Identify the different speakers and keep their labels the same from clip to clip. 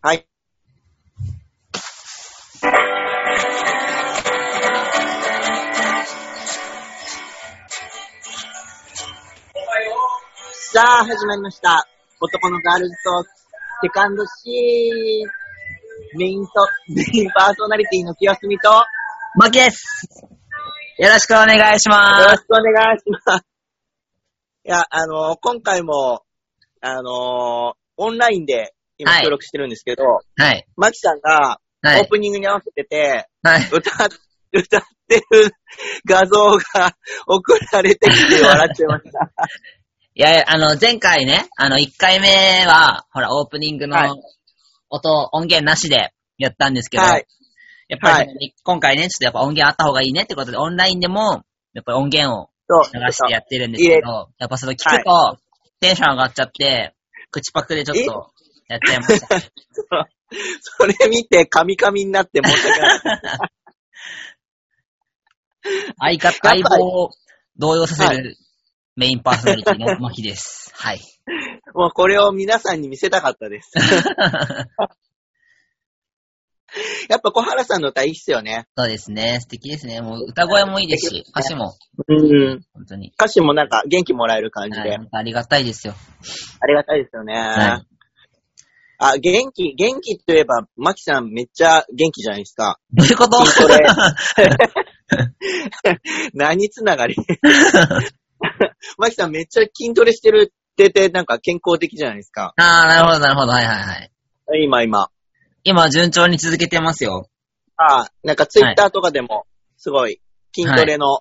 Speaker 1: はい。さあ、始まりました。男のガールズトーク、セカンドシー、メインと、メインパーソナリティの清澄と、よ
Speaker 2: マキです。よろしくお願いし
Speaker 1: ろ
Speaker 2: ま
Speaker 1: しくお願いします。いや、あの今回も、あのオンラインで今
Speaker 2: はい
Speaker 1: 収録してるんですけど、
Speaker 2: す。はい。
Speaker 1: マキさんがオ
Speaker 2: は
Speaker 1: ー
Speaker 2: い。
Speaker 1: プニングに合わせてて、
Speaker 2: はい。
Speaker 1: 歌っ、歌ってる画像が送られてきて笑っちゃいました。
Speaker 2: いやいや、あの、前回ね、あの、1回目は、ほら、オープニングの
Speaker 1: はい
Speaker 2: 音、音源なしでやったんですけど、
Speaker 1: はい。
Speaker 2: やっぱり、今回ね、ちょっとやっぱ音源あった方がいいねってことで、オンラインでも、やっぱり音源を
Speaker 1: そう。
Speaker 2: 流してやってるんですけど、やっぱそれ聞くと、テンション上がっちゃって、口パクでちょっと、やっちゃいました。
Speaker 1: それ見て、カミカミになって申し訳 ない。
Speaker 2: 相方、
Speaker 1: やっぱり
Speaker 2: 相棒を動揺させるメインパーソナリティのマキです。はい。
Speaker 1: もうこれを皆さんに見せたかった です。やっぱ小原さんの歌いいっすよね。
Speaker 2: そうですね。素敵ですね。もう歌声もいいですし、歌詞も、
Speaker 1: うん。
Speaker 2: 本当に。
Speaker 1: 歌詞もなんか元気もらえる感じ
Speaker 2: はい、
Speaker 1: で、
Speaker 2: 本当ありがたいですよ。
Speaker 1: ありがたいですよね。
Speaker 2: は
Speaker 1: あ、元気、元気といえば、マキさんめっちゃ元気じゃないですか。
Speaker 2: どうい うこと
Speaker 1: これ 何つ ながりマキさんめっちゃ筋トレしてるってて、なんか健康的じゃないですか。
Speaker 2: ああ、なるほど、なるほど。はいはいはい。
Speaker 1: 今今。
Speaker 2: 今、順調に続けてますよ。
Speaker 1: ああ、なんかツイッターとかでも、すごい筋トレの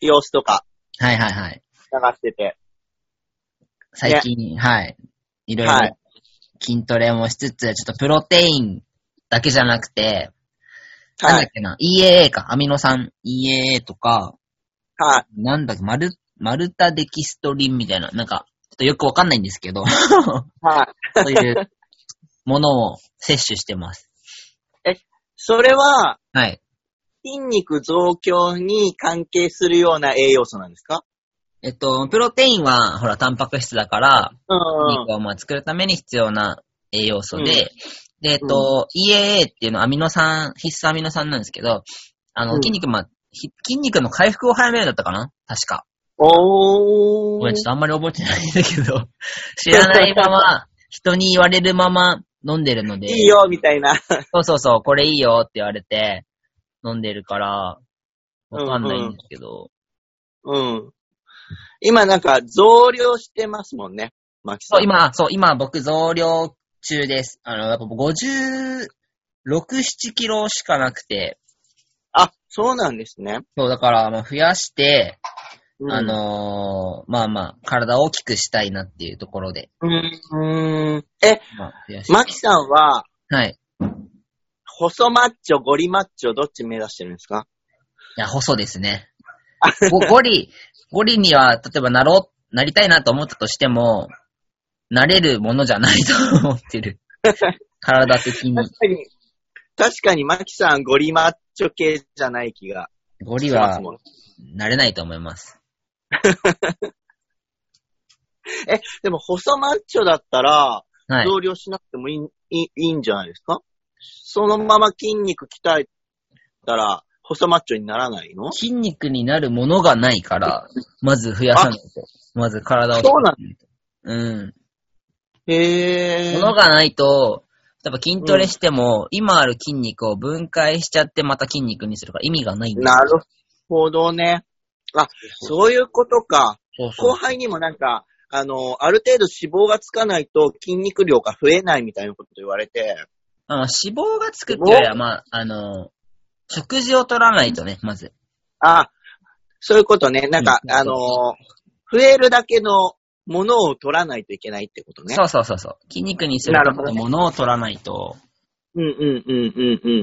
Speaker 1: 様子とか
Speaker 2: はいはいは
Speaker 1: 流
Speaker 2: い。
Speaker 1: してて。
Speaker 2: 最近、はい。いろいろ
Speaker 1: はい
Speaker 2: 筋トレもしつつ、ちょっとプロテインだけじゃなくて、なん
Speaker 1: は
Speaker 2: だっ
Speaker 1: い。
Speaker 2: けな、EAA か、アミノ酸 EAA とか、
Speaker 1: はい。
Speaker 2: なんだっけ、マル、マルタデキストリンみたいな、なんか、ちょっとよくわかんないんですけ ど、
Speaker 1: はい。
Speaker 2: そういうものを摂取してます。
Speaker 1: それは、
Speaker 2: はい。
Speaker 1: 筋肉増強に関係するような栄養素なんですか
Speaker 2: えっと、プロテインは、ほら、タンパク質だから、
Speaker 1: うん
Speaker 2: 肉をまあ作るために必要な栄養素で、で、えっと、EAA っていうのはアミノ酸、必須アミノ酸なんですけど、あの、
Speaker 1: うん
Speaker 2: 筋肉、まあ、ひ筋肉の回復を早めるだったかな確か。
Speaker 1: お
Speaker 2: ご
Speaker 1: ー
Speaker 2: めん、ちょっとあんまり覚えてないんだけど、 知らないまま、人に言われるまま飲んでるので、
Speaker 1: いいよ、みたいな。
Speaker 2: そうそうそう、これいいよって言われて、飲んでるから、わかんないんですけど、
Speaker 1: うん。今なんか増量してますもんね。マキさん。
Speaker 2: そう、今、そう、今僕増量中です。あの、やっぱ56、7キロしかなくて、
Speaker 1: あ、そうなんですね。
Speaker 2: そう、だから、まあ、増やして、
Speaker 1: うん
Speaker 2: あ、のーまあまあ、体を大きくしたいなっていうところで、
Speaker 1: うん。うんえ、
Speaker 2: まあ、増やして。
Speaker 1: マキさんは、
Speaker 2: はい。
Speaker 1: 細マッチョ、ゴリマッチョ、どっち目指してるんですか
Speaker 2: いや、細ですね。ごゴリ、ゴリには、例えばなろう、なりたいなと思ったとしても、なれるものじゃないと思っ てる。体的に。
Speaker 1: かに。確かに、マキさん、ゴリマッチョ系じゃない気が
Speaker 2: ゴリ
Speaker 1: します
Speaker 2: は、
Speaker 1: もん。
Speaker 2: なれないと思います。
Speaker 1: え、でも、細マッチョだったら、
Speaker 2: はい。
Speaker 1: 増量しなくてもいい,、い、いいんじゃないですかそのまま筋肉鍛えたら、細マッチョにならないの
Speaker 2: 筋肉になるものがないから、まず増やさないと。まず体を。
Speaker 1: そうなん
Speaker 2: うん。
Speaker 1: へ
Speaker 2: も
Speaker 1: ー。
Speaker 2: のがないと、例えば筋トレしても、今ある筋肉を分解しちゃってまた筋肉にするから意味がないんだよ
Speaker 1: なるほどね。あ、そういうことか。
Speaker 2: そうそ
Speaker 1: 後
Speaker 2: う。
Speaker 1: 輩にもなんか、あの、ある程度脂肪がつかないと筋肉量が増えないみたいなこと言われて、
Speaker 2: あの脂肪がつくっていうよりは、まあ、あの、食事を取らないとね、まず。
Speaker 1: あ、そういうことね。なんか、
Speaker 2: うん
Speaker 1: あの、増えるだけのものを取らないといけないってことね。
Speaker 2: そうそうそうそう。筋肉にする
Speaker 1: なるほどね
Speaker 2: ものを取らないと、
Speaker 1: うんうんうんうんう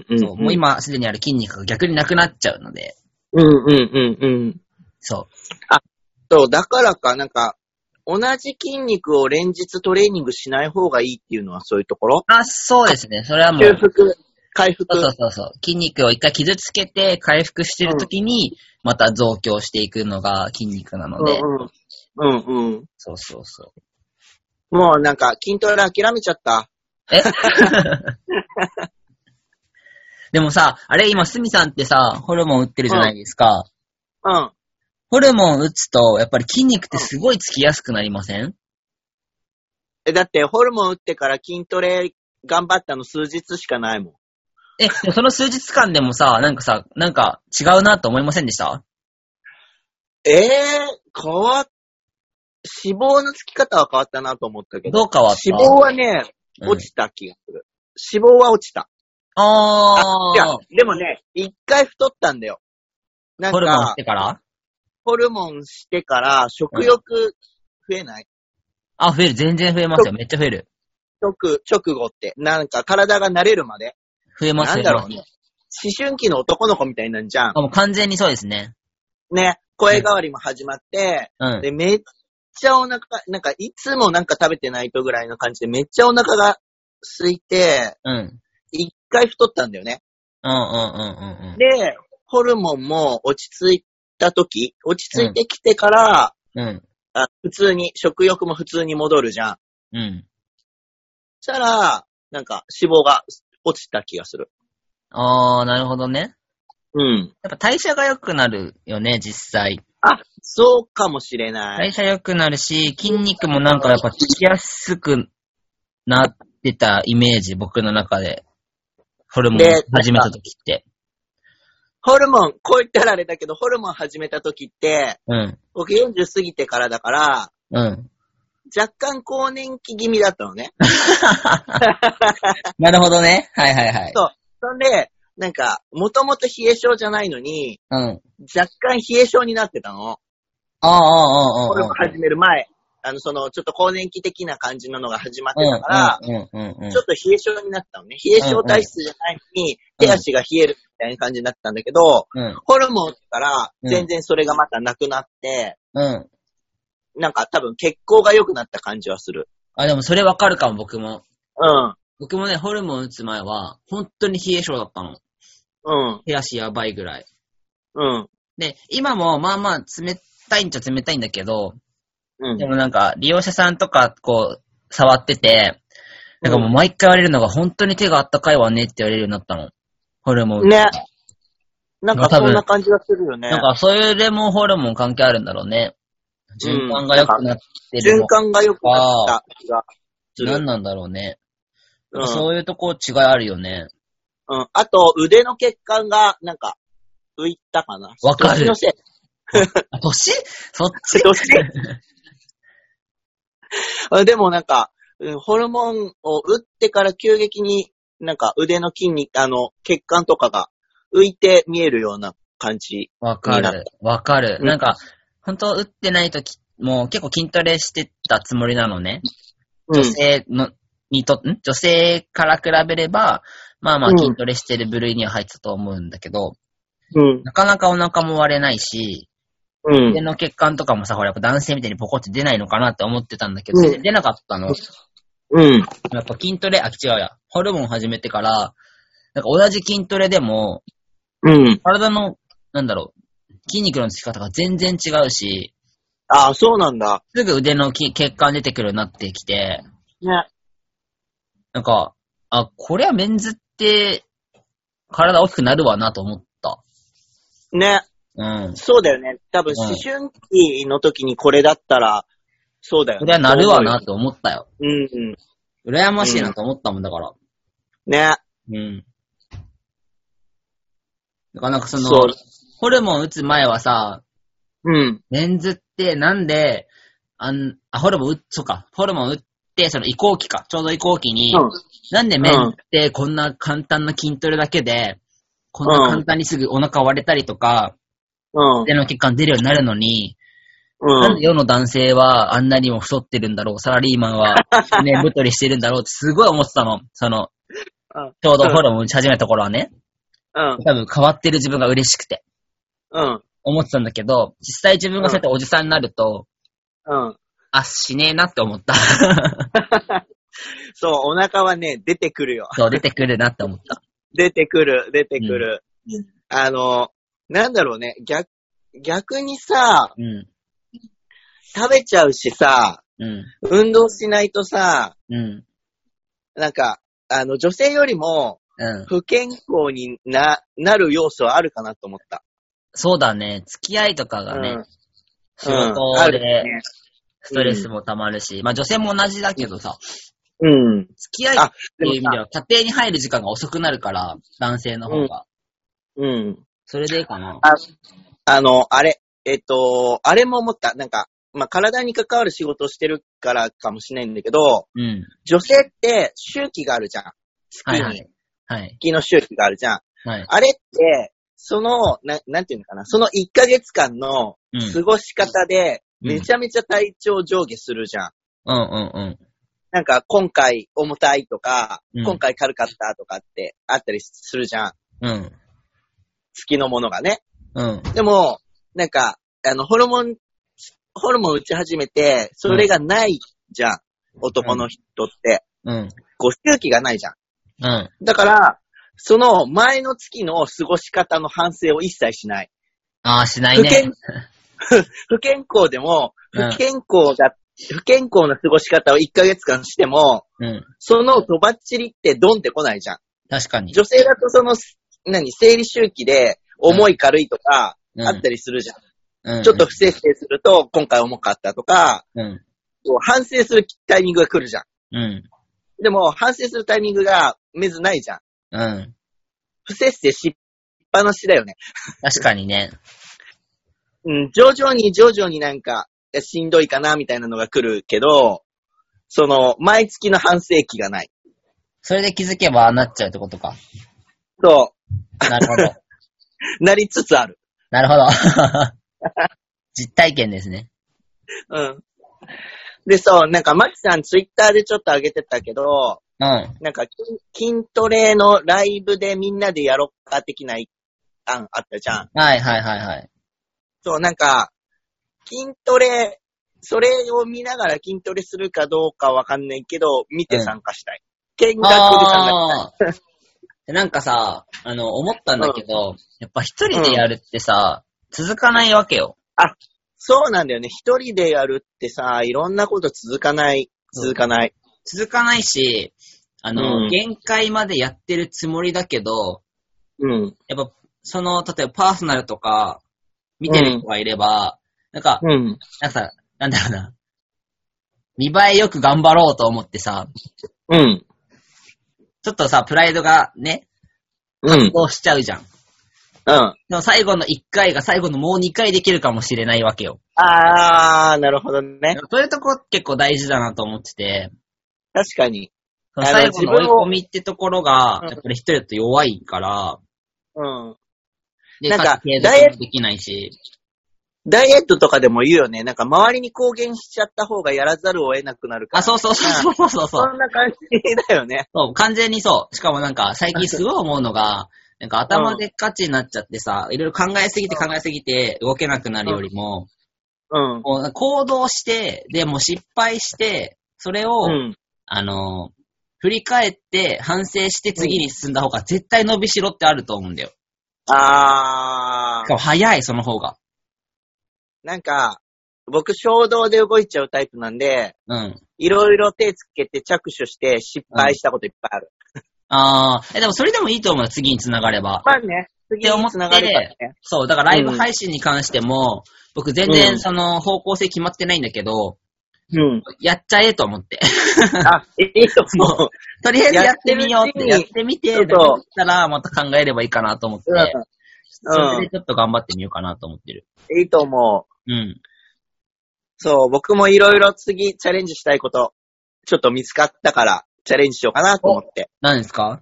Speaker 1: んうん。
Speaker 2: そうもう。今すでにある筋肉が逆になくなっちゃうので、
Speaker 1: うんうんうんうん。
Speaker 2: そ
Speaker 1: そう、だからか、なんか、同じ筋肉を連日トレーニングしない方がいいっていうのはそういうところ
Speaker 2: う。あ、そうですね。それはもう
Speaker 1: 修、復、回復。
Speaker 2: そうそうそうそう。筋肉を一回傷つけて回復してるときに、また増強していくのが筋肉なので、
Speaker 1: うんうん。うんうん。
Speaker 2: そうそうそう。
Speaker 1: もうなんか筋トレ諦めちゃった。
Speaker 2: えでもさ、あれ今、スミさんってさ、ホルモン打ってるじゃないですか。
Speaker 1: うん。
Speaker 2: ホルモン打つと、やっぱり筋肉ってすごいつきやすくなりません
Speaker 1: え、だって、ホルモン打ってから筋トレ頑張ったの数日しかないもん。
Speaker 2: え、でもその数日間でもさ、なんかさ、なんか違うなと思いませんでした
Speaker 1: ええー、変わっ、脂肪のつき方は変わったなと思ったけど、
Speaker 2: どう変わった
Speaker 1: 脂肪はね、
Speaker 2: うん
Speaker 1: 落ちた気がする。脂肪は落ちた。
Speaker 2: あ
Speaker 1: いや
Speaker 2: ー、
Speaker 1: でもね、一回太ったんだよ。なん
Speaker 2: ホルモン打っ
Speaker 1: か、
Speaker 2: てから
Speaker 1: ホルモンしてから食欲増えない、
Speaker 2: あ、増える。全然増えますよ。めっちゃ増える。
Speaker 1: 直、直後って。なんか体が慣れるまで。
Speaker 2: 増えます
Speaker 1: な
Speaker 2: 増
Speaker 1: ん
Speaker 2: え
Speaker 1: だ
Speaker 2: ま
Speaker 1: ろ
Speaker 2: す
Speaker 1: うね。思春期の男の子みたいになんじゃん。
Speaker 2: あもう完全にそうですね。
Speaker 1: ね、声変わりも始まって、
Speaker 2: うん。
Speaker 1: で、めっちゃお腹、なんかいつもなんか食べてないとぐらいの感じで、めっちゃお腹が空いて、
Speaker 2: うん。うん
Speaker 1: 一回太ったんだよね。
Speaker 2: うんうんうん
Speaker 1: で、ホルモンも落ち着いた時、落ち着いてきてから、
Speaker 2: うん。うん。
Speaker 1: あ普通に、食欲も普通に戻るじゃん。
Speaker 2: うん。
Speaker 1: そしたら、なんか脂肪が落ちた気がする。
Speaker 2: あー、なるほどね。
Speaker 1: うん。
Speaker 2: やっぱ代謝が良くなるよね、実際。
Speaker 1: あ、そうかもしれない。
Speaker 2: 代謝良くなるし、筋肉もなんかやっぱつきやすくなってたイメージ、僕の中で。ホルモン
Speaker 1: で
Speaker 2: 始めた時って。
Speaker 1: ホルモン、こう言ったらあれだけど、ホルモン始めた時って、
Speaker 2: うん。
Speaker 1: 僕40過ぎてからだから、
Speaker 2: うん。
Speaker 1: 若干更年期気味だったのね。
Speaker 2: なるほどね。はいはいはい。
Speaker 1: そうそんで、なんか、もともと冷え症じゃないのに、
Speaker 2: うん。
Speaker 1: 若干冷え症になってたの。
Speaker 2: ああ、ああ、ああ。
Speaker 1: これを始める前、あの、その、ちょっと更年期的な感じなのが始まってたから、
Speaker 2: うんうんうんうんうん
Speaker 1: ちょっと冷え症になったのね。冷え症体質じゃないのに、
Speaker 2: うん
Speaker 1: 手足が冷えるみたいな感じになったんだけど、
Speaker 2: うん。
Speaker 1: ホルモン打ってから、全然それがまたなくなって、
Speaker 2: うん。
Speaker 1: なんか多分血行が良くなった感じはする。
Speaker 2: あ、でもそれわかるかも、僕も。
Speaker 1: うん。
Speaker 2: 僕もね、ホルモン打つ前は、本当に冷え性だったの。
Speaker 1: うん。
Speaker 2: 手足やばいぐらい。
Speaker 1: うん。
Speaker 2: で、今もまあまあ冷たいんちゃ冷たいんだけど、
Speaker 1: うん。
Speaker 2: でもなんか利用者さんとかこう、触ってて、なんかもう毎回言われるのが、本当に手があったかいわねって言われるようになったの。ホルモン打つから。
Speaker 1: なんかそんな感じがするよね。
Speaker 2: なんか、それもホルモン関係あるんだろうね。循環が良くなってる
Speaker 1: 循
Speaker 2: の。
Speaker 1: 環が良くなった気がす
Speaker 2: 何
Speaker 1: る。
Speaker 2: なんだろうね。
Speaker 1: うん。
Speaker 2: そういうとこ違いあるよね。
Speaker 1: うん。あと、腕の血管が、なんか、浮いたかな。
Speaker 2: わかる
Speaker 1: 年のせい。
Speaker 2: あ年そっち
Speaker 1: 年あ でもなんか、うんホルモンを打ってから急激になんか腕の筋肉、あの、血管とかが浮いて見えるような感じ。
Speaker 2: わか
Speaker 1: なん
Speaker 2: る。わかる。
Speaker 1: うん
Speaker 2: なんか、本当打ってない時も結構筋トレしてたつもりなのね。
Speaker 1: うん
Speaker 2: 女。性の、にと、ん女性から比べれば、まあまあ
Speaker 1: うん
Speaker 2: 筋トレしてる部類には入ってたと思うんだけど、
Speaker 1: うん。
Speaker 2: なかなかお腹も割れないし、
Speaker 1: うん
Speaker 2: 腕。の血管とかもさ、ほら、やっぱ男性みたいにポコって出ないのかなって思ってたんだけど、
Speaker 1: うん
Speaker 2: 全然出なかったの。
Speaker 1: うん。
Speaker 2: やっぱ筋トレ、あ、違うや、ホルモン始めてから、なんか同じ筋トレでも、
Speaker 1: うん。
Speaker 2: 体の、なんだろう、筋肉のつき方が全然違うし、
Speaker 1: ああ、そうなんだ。
Speaker 2: すぐ腕のき血管出てくるようになってきて、
Speaker 1: ね。
Speaker 2: なんか、あ、これはメンズって、体大きくなるわなと思った。
Speaker 1: ね。
Speaker 2: うん。
Speaker 1: そうだよね。多分、
Speaker 2: うん
Speaker 1: 思春期の時にこれだったら、そうだよ
Speaker 2: こ
Speaker 1: ね。
Speaker 2: れはなるわなと思ったよ。
Speaker 1: うん。うん。
Speaker 2: 羨ましいなと思ったもんだから。
Speaker 1: ね。
Speaker 2: うん。だからなんかそ
Speaker 1: そう
Speaker 2: の、ホルモン打つ前はさ、
Speaker 1: うん。
Speaker 2: メンズってなんで、あん、あ、ホルモン打っ、そうか、ホルモン打って、その移行期か、ちょうど移行期に、なんでメンズってこんな簡単な筋トレだけで、こんな簡単にすぐお腹割れたりとか、
Speaker 1: うん。
Speaker 2: 腕の血管出るようになるのに、
Speaker 1: う
Speaker 2: なん
Speaker 1: ん
Speaker 2: で。世の男性はあんなにも太ってるんだろう、サラリーマンは、ね、太りしてるんだろうってすごい思ってたの。その、
Speaker 1: うん
Speaker 2: ちょうどホルモン打ち始めた頃はね、
Speaker 1: うん。
Speaker 2: 多分変わってる自分が嬉しくて、
Speaker 1: うん。
Speaker 2: 思ってたんだけど、実際自分がそうやっておじさんになると、
Speaker 1: うん。
Speaker 2: あ、しねえなって 思った。
Speaker 1: そう、お腹はね、出てくるよ。
Speaker 2: そう、出てくるなって思った。
Speaker 1: 出てくる、出てくる。
Speaker 2: うんうん
Speaker 1: あの、なんだろうね、逆、逆にさ、
Speaker 2: うん。
Speaker 1: 食べちゃうしさ、
Speaker 2: うん。
Speaker 1: 運動しないとさ、
Speaker 2: うん。
Speaker 1: なんか、あの、女性よりも
Speaker 2: うん。
Speaker 1: 不健康にな、なる要素はあるかなと思った。
Speaker 2: そうだね。付き合いとかがね、
Speaker 1: うん
Speaker 2: 仕事
Speaker 1: あるね
Speaker 2: でストレスも溜まるし、まあ女性も同じだけどさ、
Speaker 1: うん。
Speaker 2: 付き合いっていう意味では家庭に入る時間が遅くなるから、男性の方が。
Speaker 1: うん。
Speaker 2: それでかな。
Speaker 1: あの、あれ、えっと、あれも思った。なんか、まあ、体に関わる仕事をしてるからかもしれないんだけど、
Speaker 2: うん。
Speaker 1: 女性って周期があるじゃん。月
Speaker 2: はい
Speaker 1: に、
Speaker 2: はい。はい。
Speaker 1: 月の周期があるじゃん。
Speaker 2: はい。
Speaker 1: あれって、その、ななんていうのかな、その1ヶ月間の
Speaker 2: うん。
Speaker 1: 過ごし方で、
Speaker 2: うん
Speaker 1: めちゃめちゃ体調上下するじゃん。
Speaker 2: うんうんうん。
Speaker 1: なんか、今回重たいとか、
Speaker 2: うん
Speaker 1: 今回軽かったとかってあったりするじゃん。
Speaker 2: うん。
Speaker 1: 月のものがね。
Speaker 2: うん。
Speaker 1: でも、なんか、あの、ホルモン、ホルモン打ち始めて、それがないじゃん。男の人って。
Speaker 2: うん。
Speaker 1: こう、周期がないじゃん。
Speaker 2: うん。
Speaker 1: だから、その前の月の過ごし方の反省を一切しない。
Speaker 2: ああ、しない
Speaker 1: 不
Speaker 2: ね
Speaker 1: 健。、不健康でも、
Speaker 2: うん
Speaker 1: 不健康だ、不健康な過ごし方を1ヶ月間しても、
Speaker 2: うん。
Speaker 1: そのとばっちりってドンってこないじゃん。
Speaker 2: 確かに。
Speaker 1: 女性だとその、何、生理周期で、重い軽いとか、
Speaker 2: うん
Speaker 1: あったりするじゃん。
Speaker 2: うん
Speaker 1: ちょっと不正定すると、今回重かったとか、
Speaker 2: うん。
Speaker 1: こう反省するタイミングが来るじゃん。
Speaker 2: うん。
Speaker 1: でも、反省するタイミングが、めずないじゃん。
Speaker 2: うん。
Speaker 1: 不摂生しっぱなしだよね。
Speaker 2: 確かにね。
Speaker 1: うん、徐々に徐々になんか、いやしんどいかな、みたいなのが来るけど、その、毎月の反省期がない。
Speaker 2: それで気づけばああなっちゃうってことか。
Speaker 1: そ
Speaker 2: なるほ ど。
Speaker 1: う、なりつつある。
Speaker 2: なるほど。 実体験ですね。
Speaker 1: うん。で、そう、なんか、マキさん、ツイッターでちょっと上げてたけど、
Speaker 2: うん。
Speaker 1: なんか筋、筋トレのライブでみんなでやろっか的な案あったじゃん。
Speaker 2: はいはいはいはい。
Speaker 1: そう、なんか、筋トレ、それを見ながら筋トレするかどうかわかんないけど、見て参加したい。見学で参加したい。
Speaker 2: あーでなんかさ、あの、思ったんだけど、やっぱ一人でやるってさ、続かないわけよ。
Speaker 1: そうなんだよね。一人でやるってさ、いろんなこと続かない、
Speaker 2: うん
Speaker 1: 続かない。
Speaker 2: 続かないし、あ
Speaker 1: う
Speaker 2: の、
Speaker 1: ん
Speaker 2: 限界までやってるつもりだけど、
Speaker 1: うん。
Speaker 2: やっぱ、その、例えばパーソナルとか、見てる人がいれば、なんか、
Speaker 1: うん。
Speaker 2: なんかさ、なんだろうな。見栄えよく頑張ろうと思ってさ、
Speaker 1: うん。
Speaker 2: ちょっとさ、プライドがね、
Speaker 1: うん。
Speaker 2: こうしちゃうじゃん。
Speaker 1: うん。
Speaker 2: でも最後の1回が最後のもう2回できるかもしれないわけよ。
Speaker 1: あー、なるほどね。
Speaker 2: そういうとこ結構大事だなと思ってて、
Speaker 1: 確かに。
Speaker 2: そ
Speaker 1: あ
Speaker 2: の
Speaker 1: の
Speaker 2: 最後の
Speaker 1: 自分を
Speaker 2: 追い込みってところが
Speaker 1: う、ん
Speaker 2: やっぱり一人だと弱いから、
Speaker 1: うん。
Speaker 2: で、
Speaker 1: なんか
Speaker 2: かつ継続もできないし、
Speaker 1: ダイエットとかでも言うよね。なんか周りに公言しちゃった方がやらざるを得なくなるから。
Speaker 2: あ、そうそうそうそうそうそう
Speaker 1: そ。んな感じだよね。
Speaker 2: そう、完全にそう。しかもなんか、最近すごい思うのが、なんか頭でっかちになっちゃってさ、いろいろ考えすぎて考えすぎて動けなくなるよりも、
Speaker 1: うん。
Speaker 2: こう行動して、でもう失敗して、それを、
Speaker 1: うん。
Speaker 2: あの、振り返って反省して次に進んだ方が絶対伸びしろってあると思うんだよ。
Speaker 1: あ
Speaker 2: しか
Speaker 1: ー。
Speaker 2: も早い、その方が。
Speaker 1: なんか、僕衝動で動いちゃうタイプなんで、
Speaker 2: うん。
Speaker 1: いろいろ手つけて着手して失敗したこといっぱいある。
Speaker 2: あー、え、でもそれでもいいと思うよ、次につながれば。
Speaker 1: まあね、次に繋がるからね。
Speaker 2: そう、だからライブ配信に関しても、僕全
Speaker 1: う
Speaker 2: 然
Speaker 1: ん
Speaker 2: その方向性決まってないんだけど、
Speaker 1: うん。
Speaker 2: やっちゃえと思 って。
Speaker 1: あ、いいと思う。
Speaker 2: とりあえずやってみようって、
Speaker 1: や
Speaker 2: や
Speaker 1: っ
Speaker 2: っててみて、
Speaker 1: ちょ
Speaker 2: だ
Speaker 1: っと
Speaker 2: ったらまた考えればいいかなと思って、それでちょっと頑張ってみようかなと思ってる。
Speaker 1: うん。いいと思う。
Speaker 2: うん。
Speaker 1: そう、僕もいろいろ次チャレンジしたいこと、ちょっと見つかったから、チャレンジしようかなと思って。
Speaker 2: 何ですか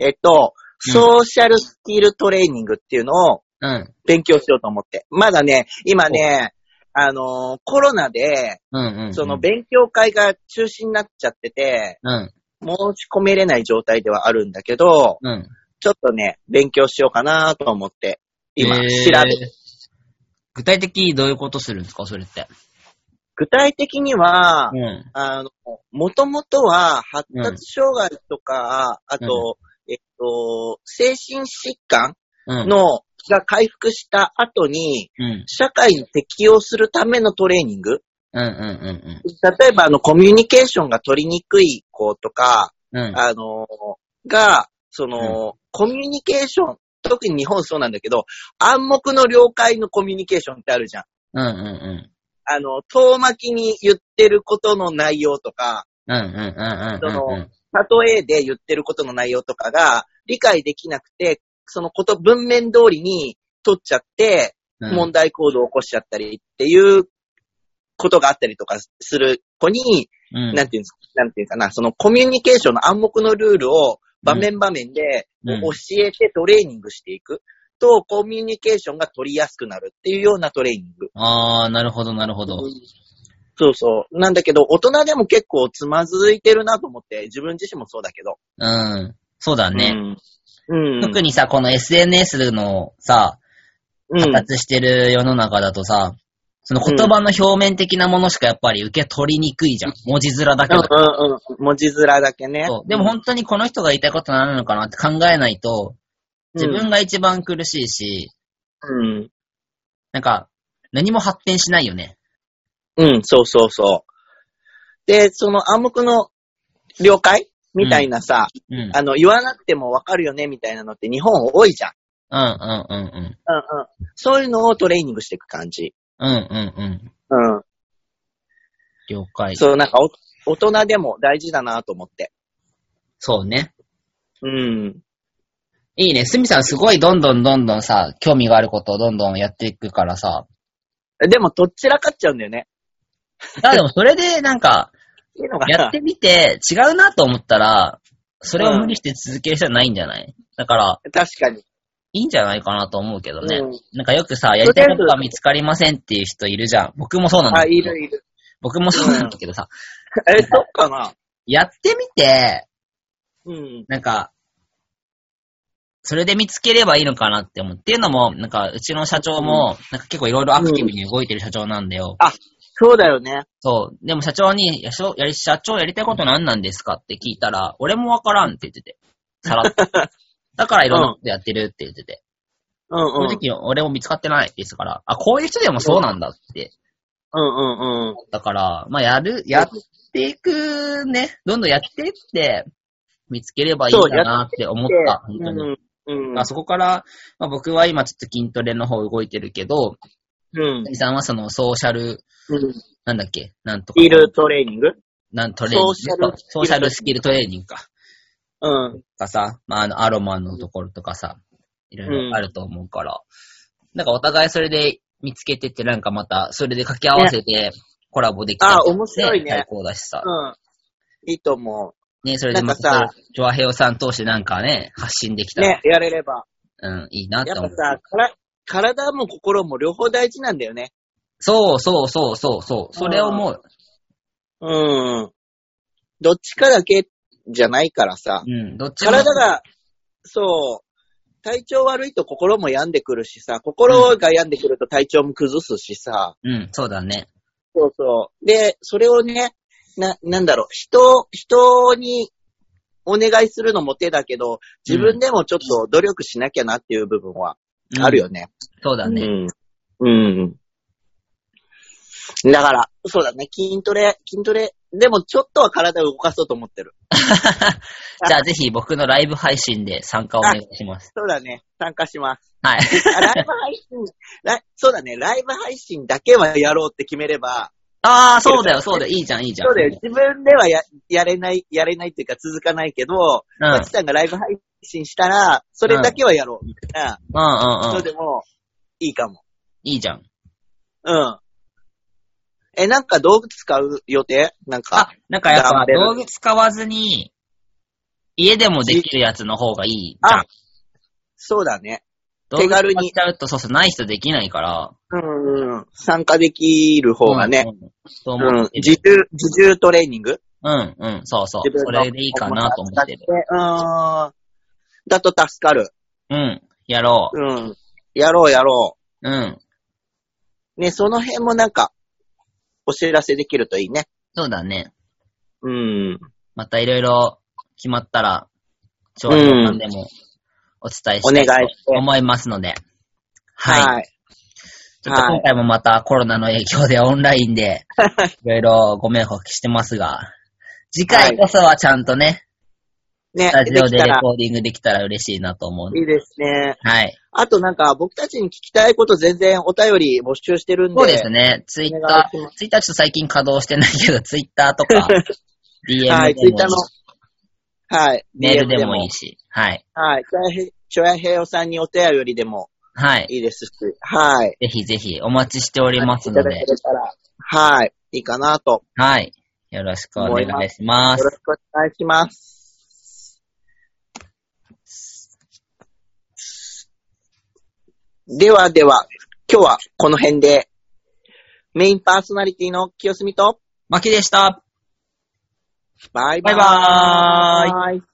Speaker 1: えっと、
Speaker 2: うん
Speaker 1: ソーシャルスキルトレーニングっていうのを
Speaker 2: うん。
Speaker 1: 勉強しようと思って。まだね、今ね、あのーコロナで、
Speaker 2: うんうん、うん。
Speaker 1: その、勉強会が中止になっちゃってて、
Speaker 2: うん。
Speaker 1: 申し込めれない状態ではあるんだけど、
Speaker 2: うん。
Speaker 1: ちょっとね、勉強しようかなと思って、今、調
Speaker 2: え
Speaker 1: べ、
Speaker 2: ー具体的にどういうことするんですかそれって。
Speaker 1: 具体的には
Speaker 2: う、ん。
Speaker 1: あの、もともとは発達障害とか、あと、えっと、精神疾患
Speaker 2: うん。、
Speaker 1: の、が回復した後に、
Speaker 2: うん。
Speaker 1: 社会に適応するためのトレーニング
Speaker 2: うんうん
Speaker 1: 例えば、あの、コミュニケーションが取りにくい子とか、
Speaker 2: うんうん。
Speaker 1: あの、が、その、コミュニケーション、特に日本そうなんだけど、暗黙の了解のコミュニケーションってあるじゃん。
Speaker 2: うんうん
Speaker 1: あの、遠巻きに言ってることの内容とか、
Speaker 2: うん。うんうんうんうんうんうん。
Speaker 1: 例えで言ってることの内容とかが理解できなくて、そのこと文面通りに取っちゃって、
Speaker 2: うん
Speaker 1: 問題行動を起こしちゃったりっていうことがあったりとかする子に、
Speaker 2: うん
Speaker 1: なんていうんですか、なんていうかな、そのコミュニケーションの暗黙のルールを場面場面で
Speaker 2: うん
Speaker 1: 教えてトレーニングしていくと、コミュニケーションが取りやすくなるっていうようなトレーニング。
Speaker 2: あー、なるほどなるほど。
Speaker 1: そうそう。なんだけど、大人でも結構つまずいてるなと思って、自分自身もそうだけど。
Speaker 2: うん。そうだね。
Speaker 1: うん。うん。
Speaker 2: 特にさ、この SNS のさ、
Speaker 1: うん、
Speaker 2: 発達してる世の中だとさ、その言葉の表面的なものしかやっぱり受け取りにくいじゃん。文字面だけだと
Speaker 1: うんうんうん。文字面だけね。
Speaker 2: そうでも本当にこの人が言いたいことなのかなって考えないと、自分が一番苦しいし、
Speaker 1: うん。
Speaker 2: なんか、何も発展しないよね。
Speaker 1: うん、うんそうそうそう。で、その暗黙の了解みたいなさ、
Speaker 2: うん。うん
Speaker 1: あの、言わなくてもわかるよねみたいなのって日本多いじゃん。
Speaker 2: うんうんうん。
Speaker 1: うんうん。そういうのをトレーニングしていく感じ。
Speaker 2: うんうんうん。
Speaker 1: うん。
Speaker 2: 了解。そう
Speaker 1: そう、なんかお、大人でも大事だなと思って。
Speaker 2: ね。
Speaker 1: うん。
Speaker 2: いいね。すみさんすごいどんどんどんどんさ、興味があることをどんどんやっていくから さ。
Speaker 1: でも、どっちらかっちゃうんだよね。
Speaker 2: あ、でもそれでなんか、
Speaker 1: って いうのが
Speaker 2: やってみて違うなと思ったら、それを無理して続ける人はないんじゃないだから、
Speaker 1: 確かに。
Speaker 2: いいんじゃないかなと思うけどね。
Speaker 1: うん
Speaker 2: なんかよくさ、やりたいことが見つかりませんっていう人いるじゃん。僕もそうなんだ
Speaker 1: あ、
Speaker 2: け
Speaker 1: い
Speaker 2: ど。
Speaker 1: るいる。
Speaker 2: 僕もそうなんだけどさ、
Speaker 1: え、そっかな。
Speaker 2: やってみて、
Speaker 1: うん。
Speaker 2: なんか、それで見つければいいのかなって思う。っていうのも、なんか、うちの社長も、なんか結構いろいろアクティブに動いてる社長なんだよ。
Speaker 1: そうだよね。
Speaker 2: そう。でも社長に、やしょやり社長やりたいこと何なんですかって聞いたら、俺もわからんって言ってて。さら っと。だからいろんなことやってるって言ってて。
Speaker 1: うんうん。
Speaker 2: 正直、俺も見つかってないって言ってたから、あ、こういう人でもそうなんだって。
Speaker 1: うんうんうん。
Speaker 2: だから、まあ、やる、やっていくね、どんどんやっていって、見つければいいんだなって思った、本当に。
Speaker 1: うん。
Speaker 2: まあそこから、まあ、僕は今ちょっと筋トレの方動いてるけど、
Speaker 1: うん。
Speaker 2: 谷さんはそのソーシャル、
Speaker 1: うん。
Speaker 2: なんだっけ、なんとか
Speaker 1: ヒ、ールトレーニング
Speaker 2: なんトレーニン
Speaker 1: ソー
Speaker 2: グ
Speaker 1: シャル
Speaker 2: ソーシャルスキルトレーニングか。
Speaker 1: うん。
Speaker 2: とかさ、まあ、あの、アロマのところとかさ、いろいろあると思うから、なんかお互いそれで見つけてって、なんかまた、それで掛け合わせて、コラボできたら
Speaker 1: あ面白いね
Speaker 2: 最高だしさ。
Speaker 1: うん。いいと思
Speaker 2: ね、それでまた
Speaker 1: なんか
Speaker 2: さ、ジョアヘオさん通してなんかね、発信でき
Speaker 1: う。
Speaker 2: たら、
Speaker 1: ね、やれれば。
Speaker 2: うん、いいなって
Speaker 1: やっ
Speaker 2: 思
Speaker 1: ぱ
Speaker 2: う。
Speaker 1: さ、から体も心も両方大事なんだよね。
Speaker 2: そうそうそうそうそう、それをもう、
Speaker 1: うん。どっちかだけじゃないからさ。
Speaker 2: うん、どっちも。
Speaker 1: 体が、そう、体調悪いと心も病んでくるしさ、心が病んでくると体調も崩すしさ。
Speaker 2: うん、そうだね。
Speaker 1: そうそう。で、それをね、な、なんだろう、人、人にお願いするのも手だけど、自分でもちょっと努力しなきゃなっていう部分は
Speaker 2: うん
Speaker 1: あるよ。ね。
Speaker 2: そうだね。
Speaker 1: うん。うん。だから、そうだね、筋トレ、筋トレ、でもちょっとは体を動かそうと思ってる。
Speaker 2: じゃあぜひ僕のライブ配信で参加をお願いします。
Speaker 1: そうだね、参加します。
Speaker 2: はい。
Speaker 1: あライブ配信、 ライそうだね、ライブ配信だけはやろうって決めれば、
Speaker 2: ああ、そうだよ、そうだよ、いいじゃん、いいじゃん。
Speaker 1: そうだよ、自分ではや、やれない、やれないっていうか続かないけど、
Speaker 2: うん。
Speaker 1: マキさんがライブ配信したら、それだけはやろう、みたいな、
Speaker 2: うんうんう
Speaker 1: の
Speaker 2: ん。
Speaker 1: でも、いいかも。
Speaker 2: いいじゃん。
Speaker 1: うん。え、なんか道具使う予定なん
Speaker 2: あ
Speaker 1: か。、
Speaker 2: なんかやっ
Speaker 1: 頑
Speaker 2: ぱ
Speaker 1: 張れる
Speaker 2: 道具使わずに、家でもできるやつの方がいいじゃん
Speaker 1: あ。そうだね。
Speaker 2: 道具
Speaker 1: 手軽に
Speaker 2: 使っちゃうと、そうそう、ない人できないから。
Speaker 1: うんうん。参加できる方がね。
Speaker 2: うん。そう
Speaker 1: うん。
Speaker 2: 思ってる
Speaker 1: 自重、自重トレーニング
Speaker 2: うん、うん、そうそう。
Speaker 1: 自分
Speaker 2: そ
Speaker 1: の
Speaker 2: れでいいかなと思ってる。
Speaker 1: うーん。だと助かる。
Speaker 2: うん、やろ
Speaker 1: うん。やろうやろ
Speaker 2: う。うん。
Speaker 1: う。ね、その辺もなんか、お知らせできるといいね。
Speaker 2: そうだね。
Speaker 1: うん。
Speaker 2: またいろいろ決まったら、ちょうど何でもお伝え
Speaker 1: お
Speaker 2: し
Speaker 1: 願い
Speaker 2: たい
Speaker 1: して
Speaker 2: と。思いますので。はい。
Speaker 1: はい。
Speaker 2: ちょっと今回もまたコロナの影響でオ ンライ ンで、いろいろご迷惑してますが、次回こそはちゃんとね、
Speaker 1: ね
Speaker 2: スタ、ジ
Speaker 1: で
Speaker 2: オ
Speaker 1: き
Speaker 2: で
Speaker 1: た
Speaker 2: レ
Speaker 1: ら
Speaker 2: コーディングできたら嬉しいなと思うんで
Speaker 1: いいですね。
Speaker 2: はい。
Speaker 1: あとなんか、僕たちに聞きたいこと全然お便り募集してるんで。
Speaker 2: そうですね。ツイッ
Speaker 1: お願
Speaker 2: タ
Speaker 1: いしま
Speaker 2: ー、ツイッターちょっと最近稼働してないけど、ツイッター とか、DM でも
Speaker 1: はいい、ツイッターの
Speaker 2: い、
Speaker 1: はい、
Speaker 2: メール
Speaker 1: DM
Speaker 2: でもいいし、はい。
Speaker 1: はい、ちょやへいおさんにお便りでも
Speaker 2: はい。
Speaker 1: いいですし、はい。
Speaker 2: ぜひぜひお待ちしておりますの
Speaker 1: い
Speaker 2: で
Speaker 1: ただ、けたら、はい、いいかなと。
Speaker 2: はい。よろしくお願いしま
Speaker 1: よ
Speaker 2: す
Speaker 1: ろ。しくお願いします。ではでは、今日はこの辺で、メインパーソナリティの清澄と、
Speaker 2: マキでした。
Speaker 1: バイバーイ。
Speaker 2: バイバ
Speaker 1: ーイ